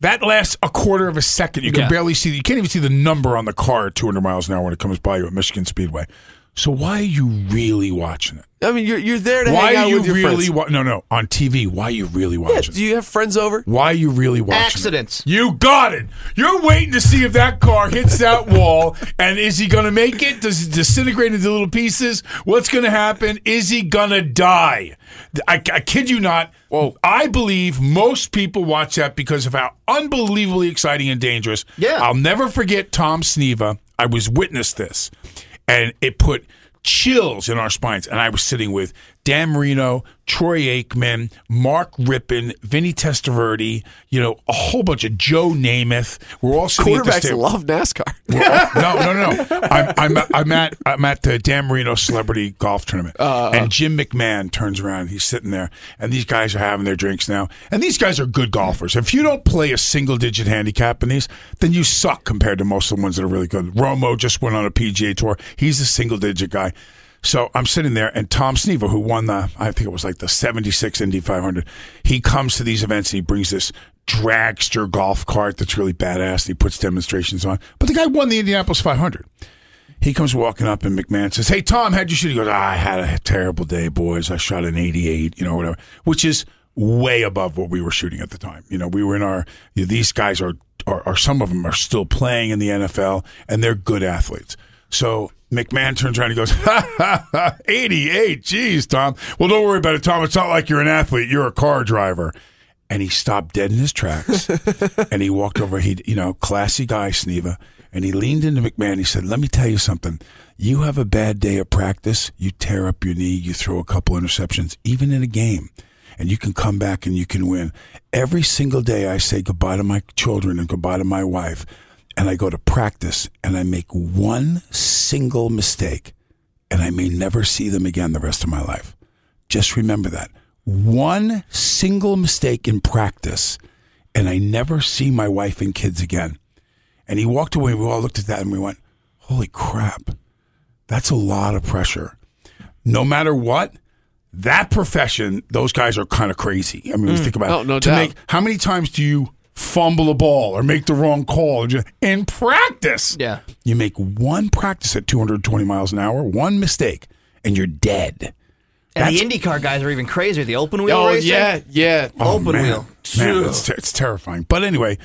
Speaker 5: That lasts a quarter of a second. You can barely see. You can't even see the number on the car at 200 miles an hour when it comes by you at Michigan Speedway. So why are you really watching it?
Speaker 8: I mean you're you're there to
Speaker 5: Why
Speaker 8: hang out
Speaker 5: are you
Speaker 8: with your
Speaker 5: really
Speaker 8: friends
Speaker 5: wa- no no on TV? Why are you really
Speaker 8: yeah,
Speaker 5: watching? it?
Speaker 8: do you have friends over
Speaker 5: Why are you really watching? it?
Speaker 6: Accidents.
Speaker 5: You got it. You're waiting to see if that car hits that wall, and is he going to make it? Does it disintegrate into little pieces? What's going to happen? Is he going to die? I, I kid you not. Whoa. I believe most people watch that because of how unbelievably exciting and dangerous.
Speaker 6: Yeah.
Speaker 5: I'll never forget Tom Sneva. I was witness this, and it put chills in our spines. And I was sitting with Dan Marino, Troy Aikman, Mark Rippon, Vinny Testaverde, you know, a whole bunch of Joe Namath. We're all sitting at this
Speaker 8: quarterbacks
Speaker 5: table.
Speaker 8: love NASCAR
Speaker 5: We're all- uh, no, no, no, no. I'm, I'm, I'm at I'm at the Dan Marino Celebrity Golf Tournament, and Jim McMahon turns around. He's sitting there, and these guys are having their drinks now. And these guys are good golfers. If you don't play a single digit handicap in these, then you suck compared to most of the ones that are really good. Romo just went on a PGA tour. He's a single digit guy. So I'm sitting there, and Tom Sneva, who won the, I think it was like the 76 Indy 500, he comes to these events and he brings this dragster golf cart that's really badass. And he puts demonstrations on. But the guy won the Indianapolis 500. He comes walking up, and McMahon says, Hey, Tom, how'd you shoot? He goes, ah, I had a terrible day, boys. I shot an 88, you know, whatever, which is way above what we were shooting at the time. You know, we were in our, these guys are, are, are some of them are still playing in the NFL, and they're good athletes. So McMahon turns around and goes, ha, ha, ha, 88. Jeez, Tom. Well, don't worry about it, Tom. It's not like you're an athlete. You're a car driver. And he stopped dead in his tracks and he walked over. He, you know, classy guy, Sneva. And he leaned into McMahon. He said, Let me tell you something. You have a bad day at practice. You tear up your knee. You throw a couple interceptions, even in a game. And you can come back and you can win. Every single day, I say goodbye to my children and goodbye to my wife and I go to practice and I make one single mistake and I may never see them again the rest of my life. Just remember that. One single mistake in practice and I never see my wife and kids again. And he walked away. We all looked at that and we went, holy crap, that's a lot of pressure. No matter what, that profession, those guys are kind of crazy. I mean, when you think about
Speaker 8: Oh,
Speaker 5: it.
Speaker 8: no
Speaker 5: to
Speaker 8: doubt.
Speaker 5: make how many times do you fumble a ball or make the wrong call. or ju- In practice,
Speaker 6: Yeah.
Speaker 5: you make one practice at 220 miles an hour, one mistake, and you're dead.
Speaker 6: And
Speaker 5: That's-
Speaker 6: the IndyCar guys are even crazier. The open wheel
Speaker 8: Oh
Speaker 6: racing.
Speaker 8: yeah, yeah.
Speaker 6: Open
Speaker 5: Oh, man.
Speaker 6: wheel.
Speaker 5: Man, it's, ter- it's terrifying. But anyway,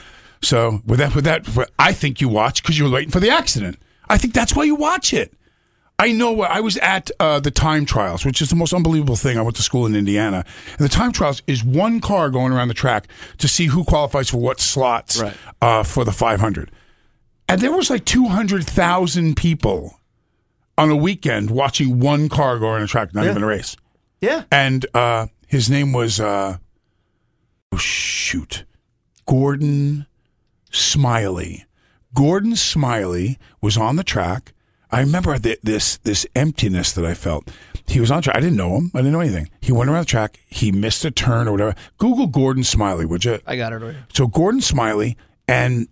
Speaker 5: so with that, with that, with- I think you watch because you're waiting for the accident. I think that's why you watch it. I know where I was at uh, the time trials, which is the most unbelievable thing. I went to school in Indiana, and the time trials is one car going around the track to see who qualifies for what slots
Speaker 8: Right.
Speaker 5: uh, for the 500. And there was like 200,000 people on a weekend watching one car go around the track, not even a race
Speaker 6: Yeah.
Speaker 5: and uh, his name was uh, oh shoot, Gordon Smiley. Gordon Smiley was on the track. I remember th- this this emptiness that I felt. He was on track. I didn't know him. I didn't know anything. He went around the track. He missed a turn or whatever. Google Gordon Smiley, would you?
Speaker 6: I got it. Right.
Speaker 5: So Gordon Smiley and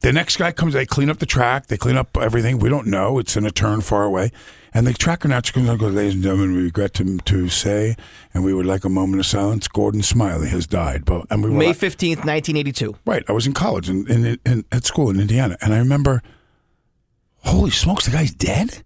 Speaker 5: the next guy comes. They clean up the track. They clean up everything. We don't know. It's in a turn far away. And the track announcer comes out and goes, "Ladies and gentlemen, we regret to, to say, and we would like a moment of silence. Gordon Smiley has died." But and we were
Speaker 6: May
Speaker 5: like-
Speaker 6: fifteenth, nineteen eighty-two.
Speaker 5: right. I was in college and in, in, in, at school in Indiana, and I remember, holy smokes, the guy's dead.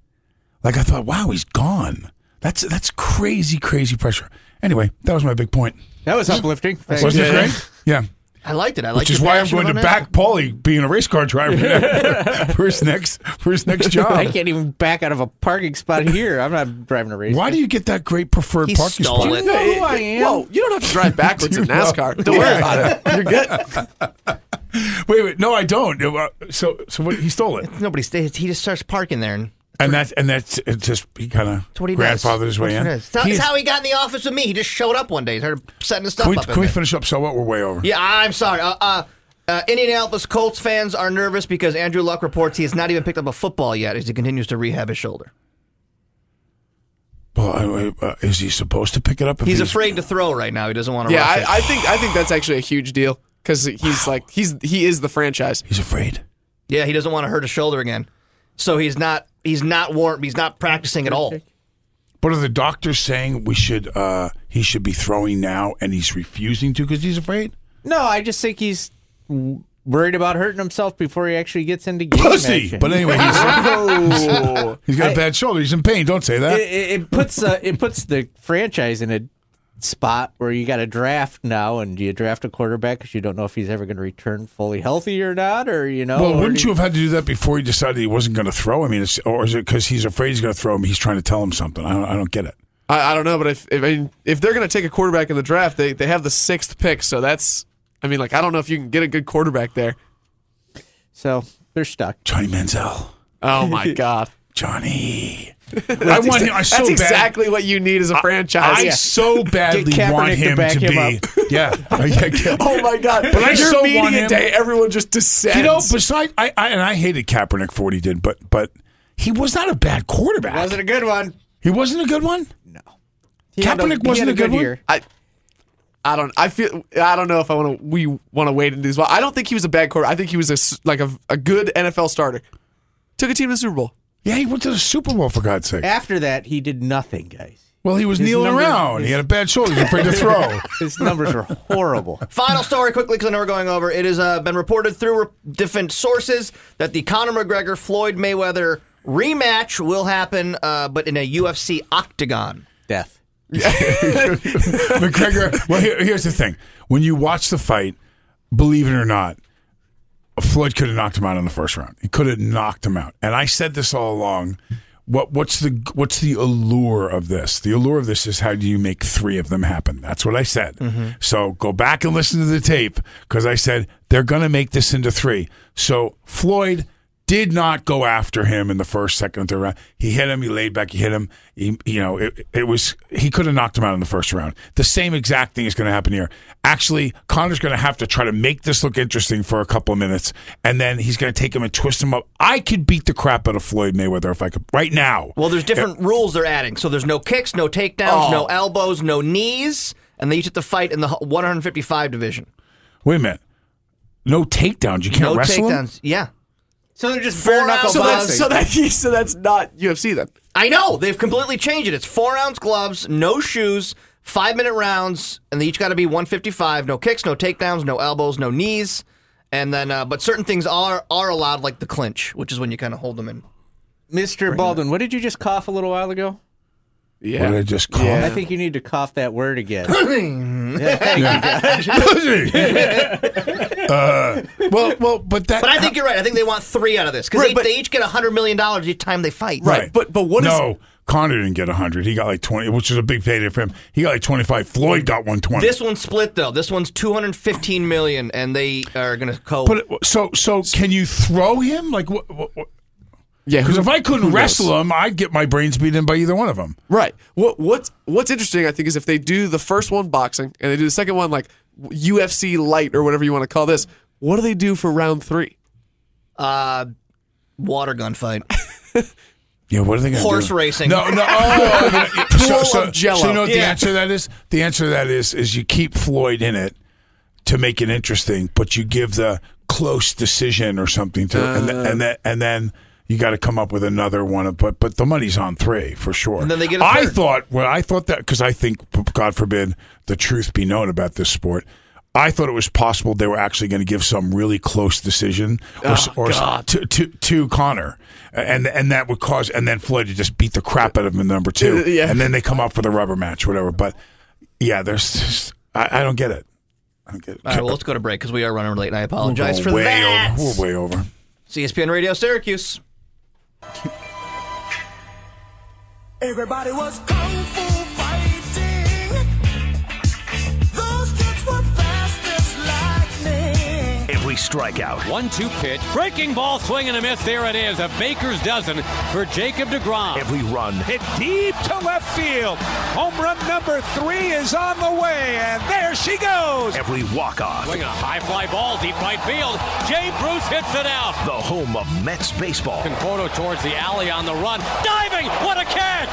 Speaker 5: Like I thought, wow, he's gone. That's that's crazy, crazy pressure. Anyway, that was my big point.
Speaker 7: That was uplifting. Thanks.
Speaker 5: Wasn't it great? Yeah.
Speaker 6: I liked it. I liked
Speaker 5: Which is
Speaker 6: the
Speaker 5: why I'm
Speaker 6: passion
Speaker 5: going to
Speaker 6: on it.
Speaker 5: back Paulie being a race car driver now. for his next for his next
Speaker 7: I
Speaker 5: job.
Speaker 7: can't even back out of a parking spot here. I'm not driving a race.
Speaker 5: Why do you get that great preferred
Speaker 6: He
Speaker 5: parking
Speaker 6: stole
Speaker 5: spot?
Speaker 6: it.
Speaker 7: know who I am?
Speaker 8: Whoa, you don't have to drive backwards in
Speaker 5: You know.
Speaker 8: NASCAR. Don't worry about it. You're good.
Speaker 5: Wait, wait, no, I don't. Uh, So, so what, he stole it,
Speaker 6: Nobody stays. He just starts parking there, and
Speaker 5: and that's and that's it's just he kind
Speaker 6: that's what he
Speaker 5: of
Speaker 6: does.
Speaker 5: grandfathered his way
Speaker 6: That's
Speaker 5: in.
Speaker 6: what it is. It's how,
Speaker 5: He
Speaker 6: it's
Speaker 5: is-
Speaker 6: how he got in the office with me. He just showed up one day, started setting his stuff
Speaker 5: can we,
Speaker 6: up. in
Speaker 5: can we
Speaker 6: there.
Speaker 5: finish up? So what? We're way over.
Speaker 6: Yeah, I'm sorry. Uh, uh, uh, Indianapolis Colts fans are nervous because Andrew Luck reports he has not even picked up a football yet as he continues to rehab his shoulder.
Speaker 5: Well, I- I- uh, is he supposed to pick it up? if
Speaker 6: He's afraid to throw right now. He doesn't want to.
Speaker 8: Yeah,
Speaker 6: rush
Speaker 8: I,
Speaker 6: it.
Speaker 8: I think I think that's actually a huge deal because he's like he's he is the franchise.
Speaker 5: He's afraid.
Speaker 6: yeah, he doesn't want to hurt his shoulder again. So he's not. He's not warm. He's not practicing at all.
Speaker 5: But are the doctors saying we should? uh He should be throwing now, and he's refusing to because he's afraid.
Speaker 7: No, I just think he's w- worried about hurting himself before he actually gets into game
Speaker 5: Pussy.
Speaker 7: action.
Speaker 5: But anyway, he's,
Speaker 8: Oh,
Speaker 5: he's got a bad shoulder. He's in pain. Don't say that.
Speaker 7: it, it, it puts uh, it puts the franchise in a spot where you got to draft now, and do you draft a quarterback because you don't know if he's ever going to return fully healthy or not, or you know?
Speaker 5: Well,
Speaker 7: or
Speaker 5: wouldn't
Speaker 7: do
Speaker 5: you have had to do that before he decided he wasn't going to throw? I mean, it's, or is it because he's afraid he's going to throw him? He's trying to tell him something. I don't, I don't get it.
Speaker 8: I, I don't know, but if if, I mean, if they're gonna take a quarterback in the draft, they they have the sixth pick, so that's I mean like I don't know if you can get a good quarterback there.
Speaker 7: So they're stuck.
Speaker 5: Johnny Manziel,
Speaker 8: Oh my god,
Speaker 5: Johnny. I want him. I so
Speaker 8: that's
Speaker 5: bad.
Speaker 8: exactly what you need as a franchise.
Speaker 5: I so badly
Speaker 7: Uh, Get Kaepernick
Speaker 5: want
Speaker 7: to
Speaker 5: him to,
Speaker 7: back him
Speaker 5: be. yeah. I- I get-
Speaker 8: Oh my god!
Speaker 5: But I
Speaker 8: Your
Speaker 5: so
Speaker 8: media
Speaker 5: want him-
Speaker 8: day, everyone just descends.
Speaker 5: you know, besides, I, I and I hated Kaepernick for what he did, but but he was not a bad quarterback.
Speaker 7: a good one.
Speaker 5: he wasn't a good one.
Speaker 7: He had
Speaker 5: Kaepernick
Speaker 7: he
Speaker 5: wasn't a
Speaker 7: had
Speaker 5: good one?
Speaker 7: year.
Speaker 8: I I don't I feel I don't know if I want to we want to wade into this. Well, I don't think he was a bad quarterback. I think he was a s- like a, a good NFL starter. Took a team to the Super Bowl.
Speaker 5: Yeah, he went to the Super Bowl for God's sake.
Speaker 7: After that, he did nothing, guys.
Speaker 5: Well, he was kneeling
Speaker 7: numbers-
Speaker 5: around. He had a bad shoulder. He was afraid to throw.
Speaker 7: His numbers were horrible.
Speaker 6: Final story quickly because I know we're going over. It has uh, been reported through re- different sources that the Conor McGregor Floyd Mayweather rematch will happen, uh, but in a UFC octagon.
Speaker 7: Death.
Speaker 5: McGregor. Well, here, here's the thing: when you watch the fight, believe it or not, Floyd could have knocked him out in the first round. He could have knocked him out. And I said this all along. What what's the what's the allure of this? The allure of this is how do you make three of them happen? That's what I said. So go back and listen to the tape because I said they're going to make this into three. So Floyd did not go after him in the first, second, and third round. He hit him. He laid back. He hit him. He, you know, it, it was he could have knocked him out in the first round. The same exact thing is going to happen here. Actually, Connor's going to have to try to make this look interesting for a couple of minutes, and then he's going to take him and twist him up. I could beat the crap out of Floyd Mayweather if I could right now.
Speaker 6: Well, there's different rules they're adding. So there's no kicks, no takedowns, no
Speaker 8: Oh.
Speaker 6: elbows, no knees, and they each have to fight in the hu- 155 division.
Speaker 5: Wait a minute. No takedowns. You can't
Speaker 6: no
Speaker 5: wrestle him?
Speaker 6: takedowns. Yeah.
Speaker 7: So they're just
Speaker 6: Four
Speaker 7: bare knuckle
Speaker 6: ounce-
Speaker 8: So that's
Speaker 7: boxing.
Speaker 8: so that so that's not UFC then.
Speaker 6: I know they've completely changed it. It's four ounce gloves, no shoes, Five minute rounds, and they each got to be 155. No kicks, no takedowns, no elbows, no knees. And then, uh, but certain things are are allowed, like the clinch, which is when you kind of hold them in.
Speaker 7: Mr. Baldwin, what did you just cough a little while ago?
Speaker 5: Yeah. What did I just call
Speaker 7: I think you need to cough that word again.
Speaker 5: Pussy. Uh, well, well, but that.
Speaker 6: But I think you're right. I think they want three out of this because
Speaker 8: Right,
Speaker 6: they,
Speaker 8: but-
Speaker 6: they each get hundred million dollars each time they fight.
Speaker 5: right.
Speaker 8: but- but what is-
Speaker 5: no, Connor didn't get hundred. He got like twenty, which is a big payday for him. He got like twenty five. Floyd got one twenty.
Speaker 6: This one's split though. This one's two hundred fifteen million, and they are going to co.
Speaker 5: But it- so so, can you throw him? Like, what?
Speaker 8: Yeah,
Speaker 5: Because
Speaker 8: who-
Speaker 5: if I couldn't
Speaker 8: who knows?
Speaker 5: wrestle him, I'd get my brains beat in by either one of them.
Speaker 8: Right. What what's what's interesting, I think, is if they do the first one boxing and they do the second one like UFC light or whatever you want to call this. What do they do for round three?
Speaker 6: water gun fight.
Speaker 5: Yeah, what are they going to
Speaker 6: Horse
Speaker 5: do?
Speaker 6: racing.
Speaker 5: No, no. Oh, yeah, yeah.
Speaker 8: Pool
Speaker 5: so,
Speaker 8: of
Speaker 5: so, so
Speaker 8: Jell-O.
Speaker 5: you know what the
Speaker 6: Yeah.
Speaker 5: answer to that is? The answer to that is is you keep Floyd in it to make it interesting, but you give the close decision or something to, and th-
Speaker 6: Uh.
Speaker 5: and then and then you got to come up with another one. of- But but the money's on three for sure.
Speaker 6: And then they get a
Speaker 5: I
Speaker 6: third.
Speaker 5: thought well, I thought that because I think God forbid the truth be known about this sport. I thought it was possible they were actually going to give some really close decision or, s-
Speaker 6: Oh,
Speaker 5: or s- to, to to Connor, and and that would cause and then Floyd to just beat the crap out of him in number two,
Speaker 8: Yeah.
Speaker 5: and then they come up for the rubber match, whatever. But yeah, there's just, I, I don't get it. I don't get it.
Speaker 6: All right, well, let's go to break because we are running late, and I apologize
Speaker 5: We're
Speaker 6: for
Speaker 5: way
Speaker 6: that.
Speaker 5: Over. We're way over.
Speaker 6: CSPN Radio Syracuse.
Speaker 10: Everybody was kung fu fighting. Those kids were fast as lightning.
Speaker 4: Every strikeout,
Speaker 11: One two pitch. Breaking ball, swing and a miss. There it is. A baker's dozen for Jacob DeGrom.
Speaker 4: every run,
Speaker 9: Hit deep to left field. Home run number three is on the way, and there she goes.
Speaker 4: every walk-off.
Speaker 11: Swing a high fly ball, deep right field. Jay Bruce hits it out.
Speaker 4: The home of Mets baseball.
Speaker 11: Conforto towards the alley on the run. Diving! What a catch!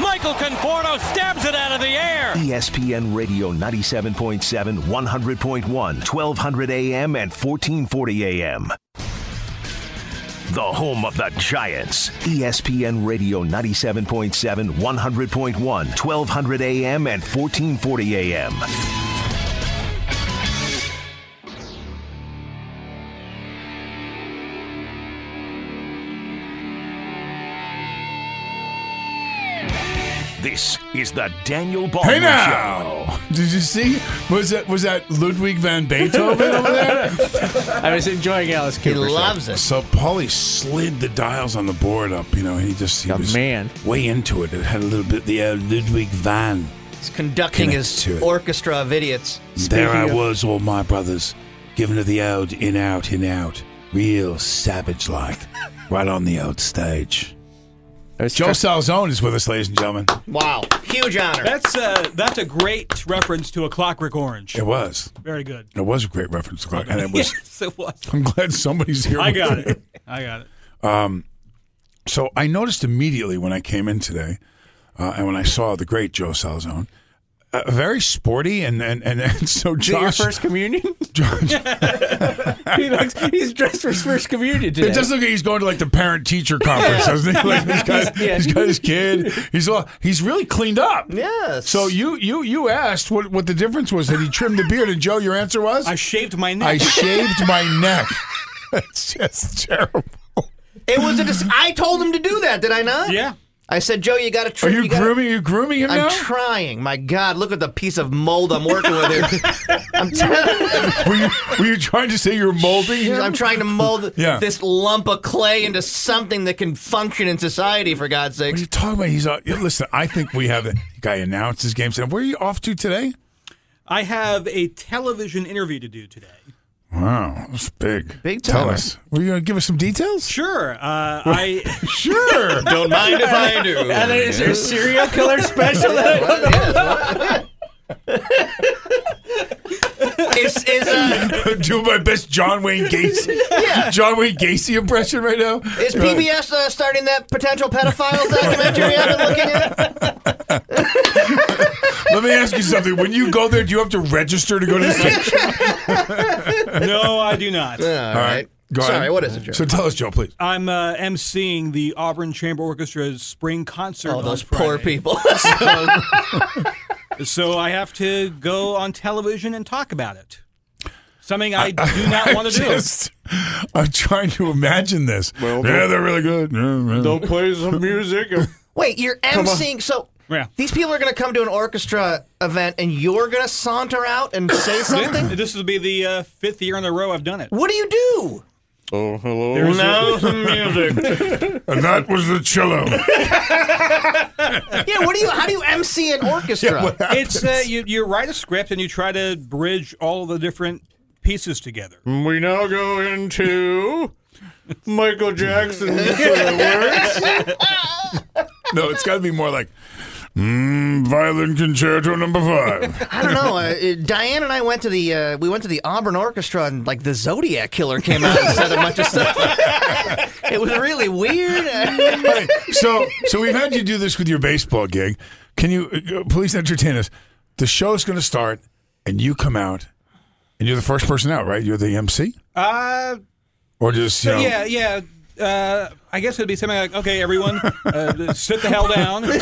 Speaker 11: Michael Conforto stabs it out of the air.
Speaker 4: E ESPN Radio 97.7, 100.1, 1200 AM and 1440 AM. The home of the Giants. E ESPN Radio 97.7, 100.1, 1200 AM and 1440 AM. This is the Daniel Baldwin
Speaker 5: Hey
Speaker 4: Show.
Speaker 5: now, did you see? Was that was that Ludwig van Beethoven over there?
Speaker 7: I was enjoying Alice
Speaker 6: He
Speaker 7: Cooper. so-
Speaker 6: loves it.
Speaker 5: So Paulie slid the dials on the board up. You know, he just he
Speaker 7: The
Speaker 5: was
Speaker 7: man.
Speaker 5: way into it. It had a little bit the uh, Ludwig van.
Speaker 6: He's conducting
Speaker 5: Connect
Speaker 6: his
Speaker 5: to it.
Speaker 6: orchestra of idiots.
Speaker 5: there I was, all my brothers, giving her the old in out in out, real savage like, right on the old stage.
Speaker 7: I was
Speaker 5: Joe
Speaker 7: try-
Speaker 5: Salzone is with us, ladies and gentlemen.
Speaker 6: Wow, huge honor.
Speaker 12: That's a that's a great reference to a Clockwork Orange.
Speaker 5: It was.
Speaker 12: Very good.
Speaker 5: It was a great reference, Clark, and it was.
Speaker 12: Yes, it was.
Speaker 5: I'm glad somebody's here.
Speaker 12: I
Speaker 5: with
Speaker 12: got
Speaker 5: me. Um,
Speaker 12: it. I got it.
Speaker 5: So I noticed immediately when I came in today, uh, and when I saw the great Joe Salzone, uh, very sporty, and and and, and so
Speaker 7: Is it your
Speaker 5: Josh.
Speaker 7: first communion?
Speaker 5: Josh-
Speaker 7: he looks, he's dressed for his first communion today.
Speaker 5: It does look like he's going to like the parent teacher conference, doesn't he? Like he's got,
Speaker 7: Yeah.
Speaker 5: he's got his kid. He's all, he's really cleaned up.
Speaker 6: Yes.
Speaker 5: So you you you asked what what the difference was that he trimmed the beard, and Joe, your answer was
Speaker 12: I shaved my neck.
Speaker 5: I shaved my neck. It's just terrible.
Speaker 6: it was a. Dis- I told him to do that, did I not?
Speaker 12: yeah.
Speaker 6: I said, Joe, you got to.
Speaker 5: Are
Speaker 6: Trim,
Speaker 5: you
Speaker 6: gotta-
Speaker 5: grooming? Are you grooming him
Speaker 6: I'm
Speaker 5: now?
Speaker 6: trying. My God, look at the piece of mold I'm working with here. I'm, trying.
Speaker 5: were, you, were you trying to say you're molding him?
Speaker 6: I'm trying to mold
Speaker 5: Yeah.
Speaker 6: this lump of clay into something that can function in society. For God's
Speaker 5: What are
Speaker 6: sakes,
Speaker 5: you talking about? He's uh, yeah, listen. I think we have the guy announced his game. Said, "Where are you off to today?"
Speaker 12: I have a television interview to do today.
Speaker 5: Wow, that's big.
Speaker 6: Big
Speaker 5: Tell
Speaker 6: timer.
Speaker 5: us. Were you going to give us some details?
Speaker 12: Sure. Uh, I
Speaker 5: Sure.
Speaker 6: don't mind if I do.
Speaker 7: And then is there a serial killer special? that I don't know?
Speaker 6: Is is uh,
Speaker 5: doing my best John Wayne Gacy, John Wayne Gacy impression right now.
Speaker 6: is PBS uh, starting that potential pedophiles documentary I've been looking at?
Speaker 5: Let me ask you something. When you go there, do you have to register to go to the station?
Speaker 12: no, I do not.
Speaker 6: All right.
Speaker 5: Go
Speaker 6: Sorry,
Speaker 5: ahead.
Speaker 6: what is it, Joe?
Speaker 5: So tell us, Joe, please.
Speaker 12: I'm uh, emceeing the Auburn Chamber Orchestra's spring concert.
Speaker 6: Oh,
Speaker 12: on
Speaker 6: those
Speaker 12: Friday.
Speaker 6: poor people.
Speaker 12: so I have to go on television and talk about it. Something I do not want to do.
Speaker 5: do. I'm trying to imagine this. yeah, they're really good. Don't
Speaker 2: play some music.
Speaker 6: Wait, you're
Speaker 5: Come on.
Speaker 6: emceeing. So
Speaker 12: Yeah.
Speaker 6: these people are going to come to an orchestra event, and you're going to saunter out and say something.
Speaker 12: This will be the uh, fifth year in a row I've done it.
Speaker 6: What do you do?
Speaker 5: Oh, hello.
Speaker 12: There's now some
Speaker 5: music. and that was the cello.
Speaker 6: Yeah, what do you? How do you MC an orchestra?
Speaker 12: it's uh, you, you write a script and you try to bridge all the different pieces together.
Speaker 13: We now go into Michael Jackson's fireworks.
Speaker 5: No, it's got to be more like mm, violin concerto number five.
Speaker 6: I don't know. Uh, uh, Diane and I went to the uh, we went to the Auburn Orchestra, and like the Zodiac Killer came out and said a bunch of stuff. it was really weird.
Speaker 5: Hey, so, so we've had you do this with your baseball gig. Can you uh, please entertain us? The show's going to start, and you come out, and you're the first person out, right? You're the MC,
Speaker 12: Uh,
Speaker 5: or just you
Speaker 12: so
Speaker 5: know,
Speaker 12: yeah, yeah. Uh, I guess it'd be something like, okay, everyone, uh, sit the hell down. you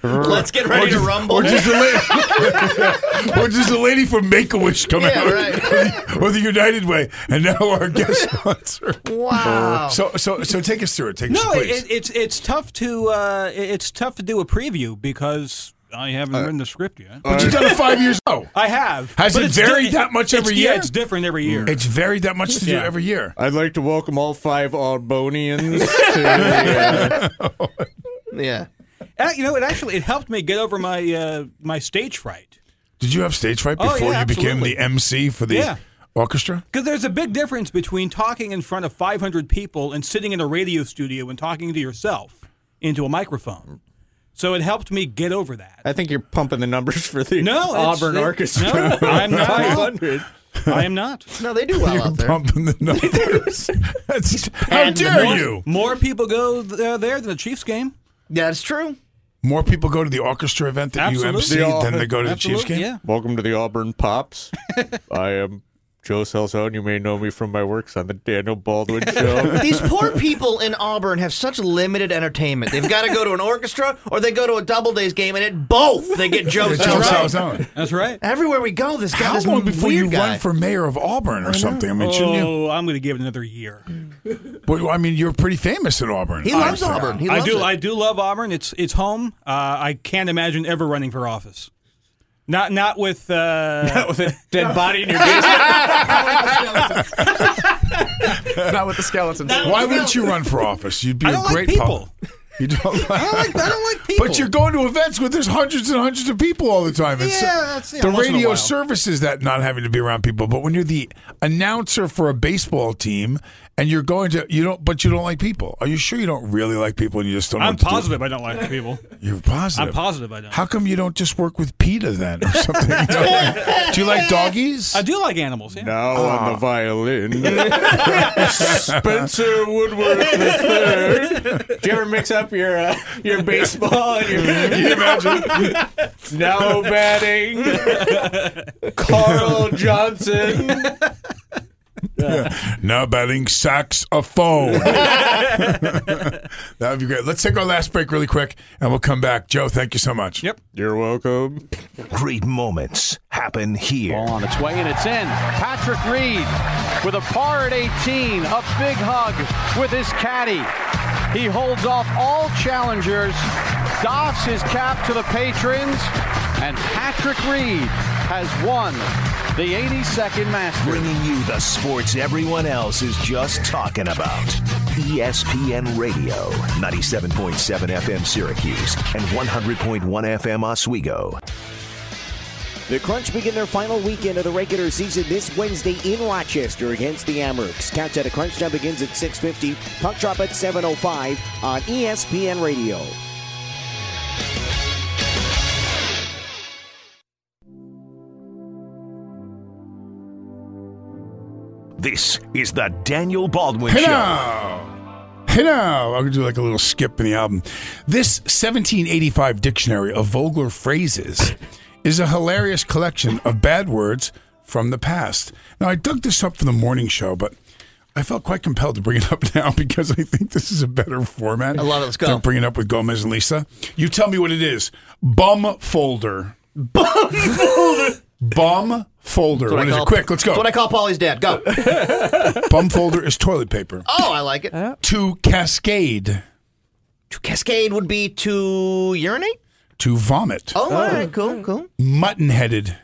Speaker 12: know.
Speaker 6: Let's get ready to rumble.
Speaker 5: or just the lady, or just the lady from Make a Wish come out, right. or the United Way, and now our guest sponsor.
Speaker 6: Wow.
Speaker 5: So, so, so take us through it. Take us,
Speaker 12: No,
Speaker 5: please.
Speaker 12: it, it's it's tough to uh, it- it's tough to do a preview because I haven't written the script yet.
Speaker 5: but you've done it five years ago.
Speaker 12: I have.
Speaker 5: Uh, Has
Speaker 12: but
Speaker 5: it
Speaker 12: it's di-
Speaker 5: varied that much
Speaker 12: it's-
Speaker 5: every
Speaker 12: yeah,
Speaker 5: year? Mm.
Speaker 12: it's different every year.
Speaker 5: It's varied that much to do
Speaker 12: Yeah.
Speaker 5: every year.
Speaker 13: I'd like to welcome all five Albonians.
Speaker 6: yeah.
Speaker 12: Uh, you know, it actually it helped me get over my uh, my stage fright
Speaker 5: Did you have stage fright
Speaker 12: Oh,
Speaker 5: before
Speaker 12: yeah,
Speaker 5: you became
Speaker 12: absolutely.
Speaker 5: the MC for the
Speaker 12: Yeah.
Speaker 5: orchestra?
Speaker 12: because there's a big difference between talking in front of 500 people and sitting in a radio studio and talking to yourself into a microphone. So it helped me get over that.
Speaker 7: I think you're pumping the numbers for the
Speaker 12: No, it's-
Speaker 7: Auburn
Speaker 12: it-
Speaker 7: Orchestra.
Speaker 12: no, I'm not.
Speaker 7: 500.
Speaker 12: I am not.
Speaker 6: No, they do well out there.
Speaker 5: Pumping the numbers. That's- how dare
Speaker 12: more,
Speaker 5: you?
Speaker 12: More people go th- uh, there than the Chiefs game.
Speaker 6: That's true.
Speaker 5: More people go to the orchestra event that
Speaker 12: Absolutely.
Speaker 5: you
Speaker 13: They
Speaker 5: MC
Speaker 13: all-
Speaker 5: than they go to the Chiefs game.
Speaker 12: Absolutely, yeah.
Speaker 13: welcome to the Auburn Pops. I am Joe Salzone. You may know me from my works on the Daniel Baldwin Show.
Speaker 6: These poor people in Auburn have such limited entertainment. They've got to go to an orchestra or they go to a double days game, and at both they get Joe
Speaker 5: That's
Speaker 6: Salzone.
Speaker 5: what I was on.
Speaker 12: That's right.
Speaker 6: Everywhere we go, this guy.
Speaker 5: How
Speaker 6: this
Speaker 5: long before
Speaker 6: weird
Speaker 5: you
Speaker 6: guy.
Speaker 5: run for mayor of Auburn or something? I mean, shouldn't you?
Speaker 12: Oh, I'm going to give it another year.
Speaker 5: Well, I mean, you're pretty famous in Auburn. Uh,
Speaker 6: He loves
Speaker 5: obviously.
Speaker 6: Auburn. He
Speaker 12: I
Speaker 6: loves
Speaker 12: do.
Speaker 6: It.
Speaker 12: I do love Auburn. It's it's home. Uh, I can't imagine ever running for office. Not not with. Uh,
Speaker 7: With a dead body in your basement.
Speaker 8: Not with the skeletons.
Speaker 5: Why wouldn't you run for office? You'd be
Speaker 12: I
Speaker 5: a
Speaker 12: don't like
Speaker 5: great
Speaker 12: people.
Speaker 5: pol- You don't like.
Speaker 12: I don't like. I don't like people.
Speaker 5: But you're going to events where there's hundreds and hundreds of people all the time. It's,
Speaker 12: Yeah, that's- yeah,
Speaker 5: the
Speaker 12: once in a
Speaker 5: radio
Speaker 12: while.
Speaker 5: services that not having to be around people. But when you're the announcer for a baseball team and you're going to you don't, but you don't like people. Are you sure you don't really like people and you just don't? know
Speaker 12: I'm
Speaker 5: what to do?
Speaker 12: positive. I don't like people.
Speaker 5: You're positive.
Speaker 12: I'm positive. I don't.
Speaker 5: How come you don't just work with PETA then or something? You don't like- do you like doggies?
Speaker 12: I do like animals. Yeah.
Speaker 13: now
Speaker 7: Ah.
Speaker 13: on the violin, Spencer Woodward III.
Speaker 7: Do you ever mix up your uh, your baseball and your you imagine?
Speaker 13: Now batting, Carl Johnson.
Speaker 5: Now batting saxophone. that would be great. Let's take our last break really quick and we'll come back. Joe, thank you so much.
Speaker 12: Yep.
Speaker 13: You're welcome.
Speaker 4: Great moments happen here.
Speaker 11: on its way and it's in. Patrick Reed with a par at 18, a big hug with his caddy. He holds off all challengers, doffs his cap to the patrons, and Patrick Reed has won the 82nd Masters.
Speaker 4: Bringing you the sports everyone else is just talking about. E ESPN Radio, 97.7 FM Syracuse and 100.1 FM Oswego.
Speaker 14: The Crunch begin their final weekend of the regular season this Wednesday in Rochester against the Amherst. Countdown to Crunch Time begins at 6.50, puck drop at 7.05 on E- ESPN Radio.
Speaker 4: This is the Daniel Baldwin
Speaker 5: Hey
Speaker 4: Show.
Speaker 5: now. Hey now. I'm going to do like a little skip in the album. This 1785 dictionary of vulgar phrases is a hilarious collection of bad words from the past. Now, I dug this up for the morning show, but I felt quite compelled to bring it up now because I think this is a better format.
Speaker 6: I love it. Let's go.
Speaker 5: Than bringing it up with Gomez and Lisa. You tell me what it is. Bum folder. Bum folder. Bum folder.
Speaker 6: That's what I
Speaker 5: What is
Speaker 6: call-
Speaker 5: it? Quick, let's go.
Speaker 6: that's what I call Polly's dad. Go.
Speaker 5: Bum folder is toilet paper.
Speaker 6: Oh, I like it.
Speaker 5: To cascade.
Speaker 6: To cascade would be to urinate.
Speaker 5: To vomit.
Speaker 6: Oh, all right, cool, cool.
Speaker 5: Mutton headed.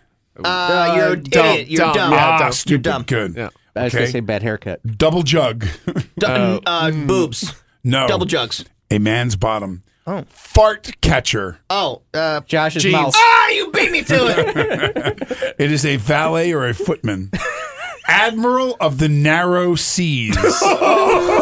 Speaker 6: Uh, you're an idiot. You're dumb.
Speaker 5: Ah, stupid. Good.
Speaker 7: I was gonna
Speaker 5: Okay.
Speaker 7: say bad haircut.
Speaker 5: Double jug.
Speaker 7: uh,
Speaker 5: mm. Oh.
Speaker 6: boobs.
Speaker 5: No.
Speaker 6: Double jugs.
Speaker 5: A man's bottom.
Speaker 6: Oh.
Speaker 5: Fart catcher.
Speaker 6: Oh, uh,
Speaker 7: Josh's
Speaker 5: Jeans. mouth.
Speaker 6: Ah, you beat me to it.
Speaker 5: It is a valet or a footman. Admiral of the narrow seas.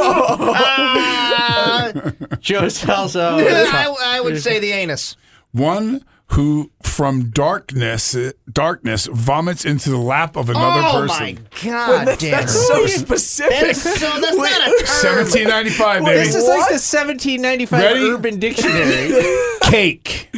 Speaker 6: Ah.
Speaker 7: Joe Salzo.
Speaker 6: I, I would say the anus.
Speaker 5: One who from darkness darkness vomits into the lap of another
Speaker 6: oh
Speaker 5: person.
Speaker 6: my god,
Speaker 8: that's,
Speaker 6: damn.
Speaker 8: that's so specific.
Speaker 6: That's so. That's not a term.
Speaker 5: 1795,
Speaker 7: Well,
Speaker 5: baby.
Speaker 7: this is like the 1795
Speaker 5: Ready?
Speaker 7: Urban Dictionary.
Speaker 5: Cake.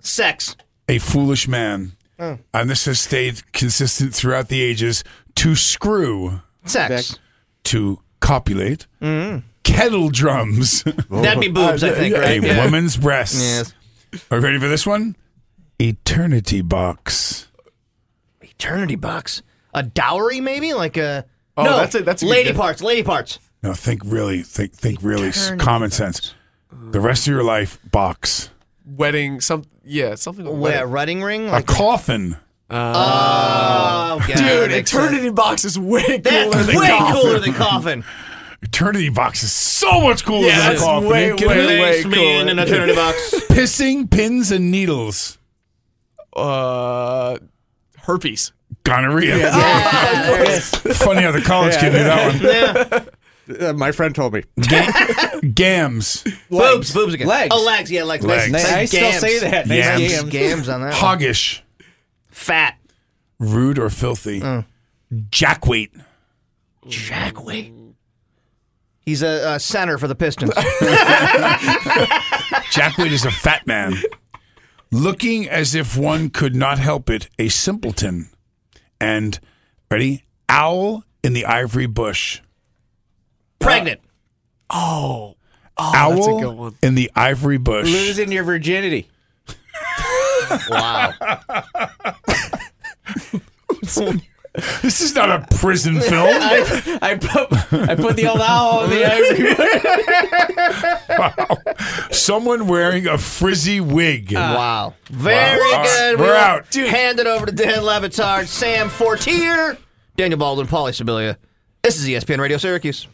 Speaker 6: Sex.
Speaker 5: A foolish man.
Speaker 6: Oh.
Speaker 5: And this has stayed consistent throughout the ages. To screw.
Speaker 6: Sex.
Speaker 5: To copulate.
Speaker 6: Mm-hmm.
Speaker 5: Kettle drums.
Speaker 6: That'd be boobs, I think, right?
Speaker 5: A
Speaker 6: Yeah.
Speaker 5: woman's breasts.
Speaker 6: Yes.
Speaker 5: Are you ready for this one? Eternity box.
Speaker 6: Eternity box. A dowry, maybe like a.
Speaker 5: Oh,
Speaker 6: no,
Speaker 5: that's a- that's a good
Speaker 6: lady
Speaker 5: guess.
Speaker 6: parts. Lady parts.
Speaker 5: No, think really. Think think really. s-
Speaker 6: Eternity
Speaker 5: Common sense. The rest of your life, box.
Speaker 8: Wedding, some yeah, something. Like
Speaker 6: What, a
Speaker 8: wedding.
Speaker 6: wedding ring?
Speaker 5: A
Speaker 6: Like,
Speaker 5: coffin.
Speaker 6: oh, God,
Speaker 8: Dude,
Speaker 6: that makes sense.
Speaker 8: eternity box is way
Speaker 6: That's
Speaker 8: cooler. than
Speaker 6: way
Speaker 8: coffin.
Speaker 6: cooler than coffin.
Speaker 5: Eternity box is so much cooler
Speaker 8: Yeah,
Speaker 5: than a
Speaker 8: that's
Speaker 5: coffin.
Speaker 8: way,
Speaker 5: Are you kidding
Speaker 8: way,
Speaker 5: me?
Speaker 8: way cooler.
Speaker 6: box.
Speaker 5: Pissing pins and needles.
Speaker 8: Uh, herpes.
Speaker 5: Gonorrhea.
Speaker 6: Yeah, there it is.
Speaker 5: Funny how the college kid knew that one.
Speaker 13: Uh, my friend told me.
Speaker 5: Ga- gams.
Speaker 6: Boobs, boobs again.
Speaker 7: Legs.
Speaker 6: Oh, legs. Yeah, legs.
Speaker 5: Legs.
Speaker 7: They-
Speaker 6: Like
Speaker 7: I still
Speaker 6: gams.
Speaker 7: say that. They
Speaker 5: Yams.
Speaker 7: say yams.
Speaker 6: Gams on that. one.
Speaker 5: Hoggish.
Speaker 6: Fat.
Speaker 5: Rude or filthy.
Speaker 8: Uh.
Speaker 5: Jackweight.
Speaker 6: Jack Wait. He's a, a center for the Pistons.
Speaker 5: Jackweight is a fat man. Looking as if one could not help it, a simpleton. And, ready? Owl in the ivory bush.
Speaker 6: Pregnant.
Speaker 5: Owl
Speaker 8: Oh, that's a good one.
Speaker 5: in the ivory bush.
Speaker 7: Losing your virginity.
Speaker 6: Wow.
Speaker 5: This is not a prison film.
Speaker 7: I, I put I put the old owl in the ivory.
Speaker 5: Someone wearing a frizzy wig.
Speaker 6: Wow. Very
Speaker 5: All right,
Speaker 6: good.
Speaker 5: we're
Speaker 6: will
Speaker 5: out.
Speaker 6: Hand it over to Dan E Levitard, Sam Fortier, Daniel Baldwin, Polly Sibilia. This is ESPN Radio Syracuse.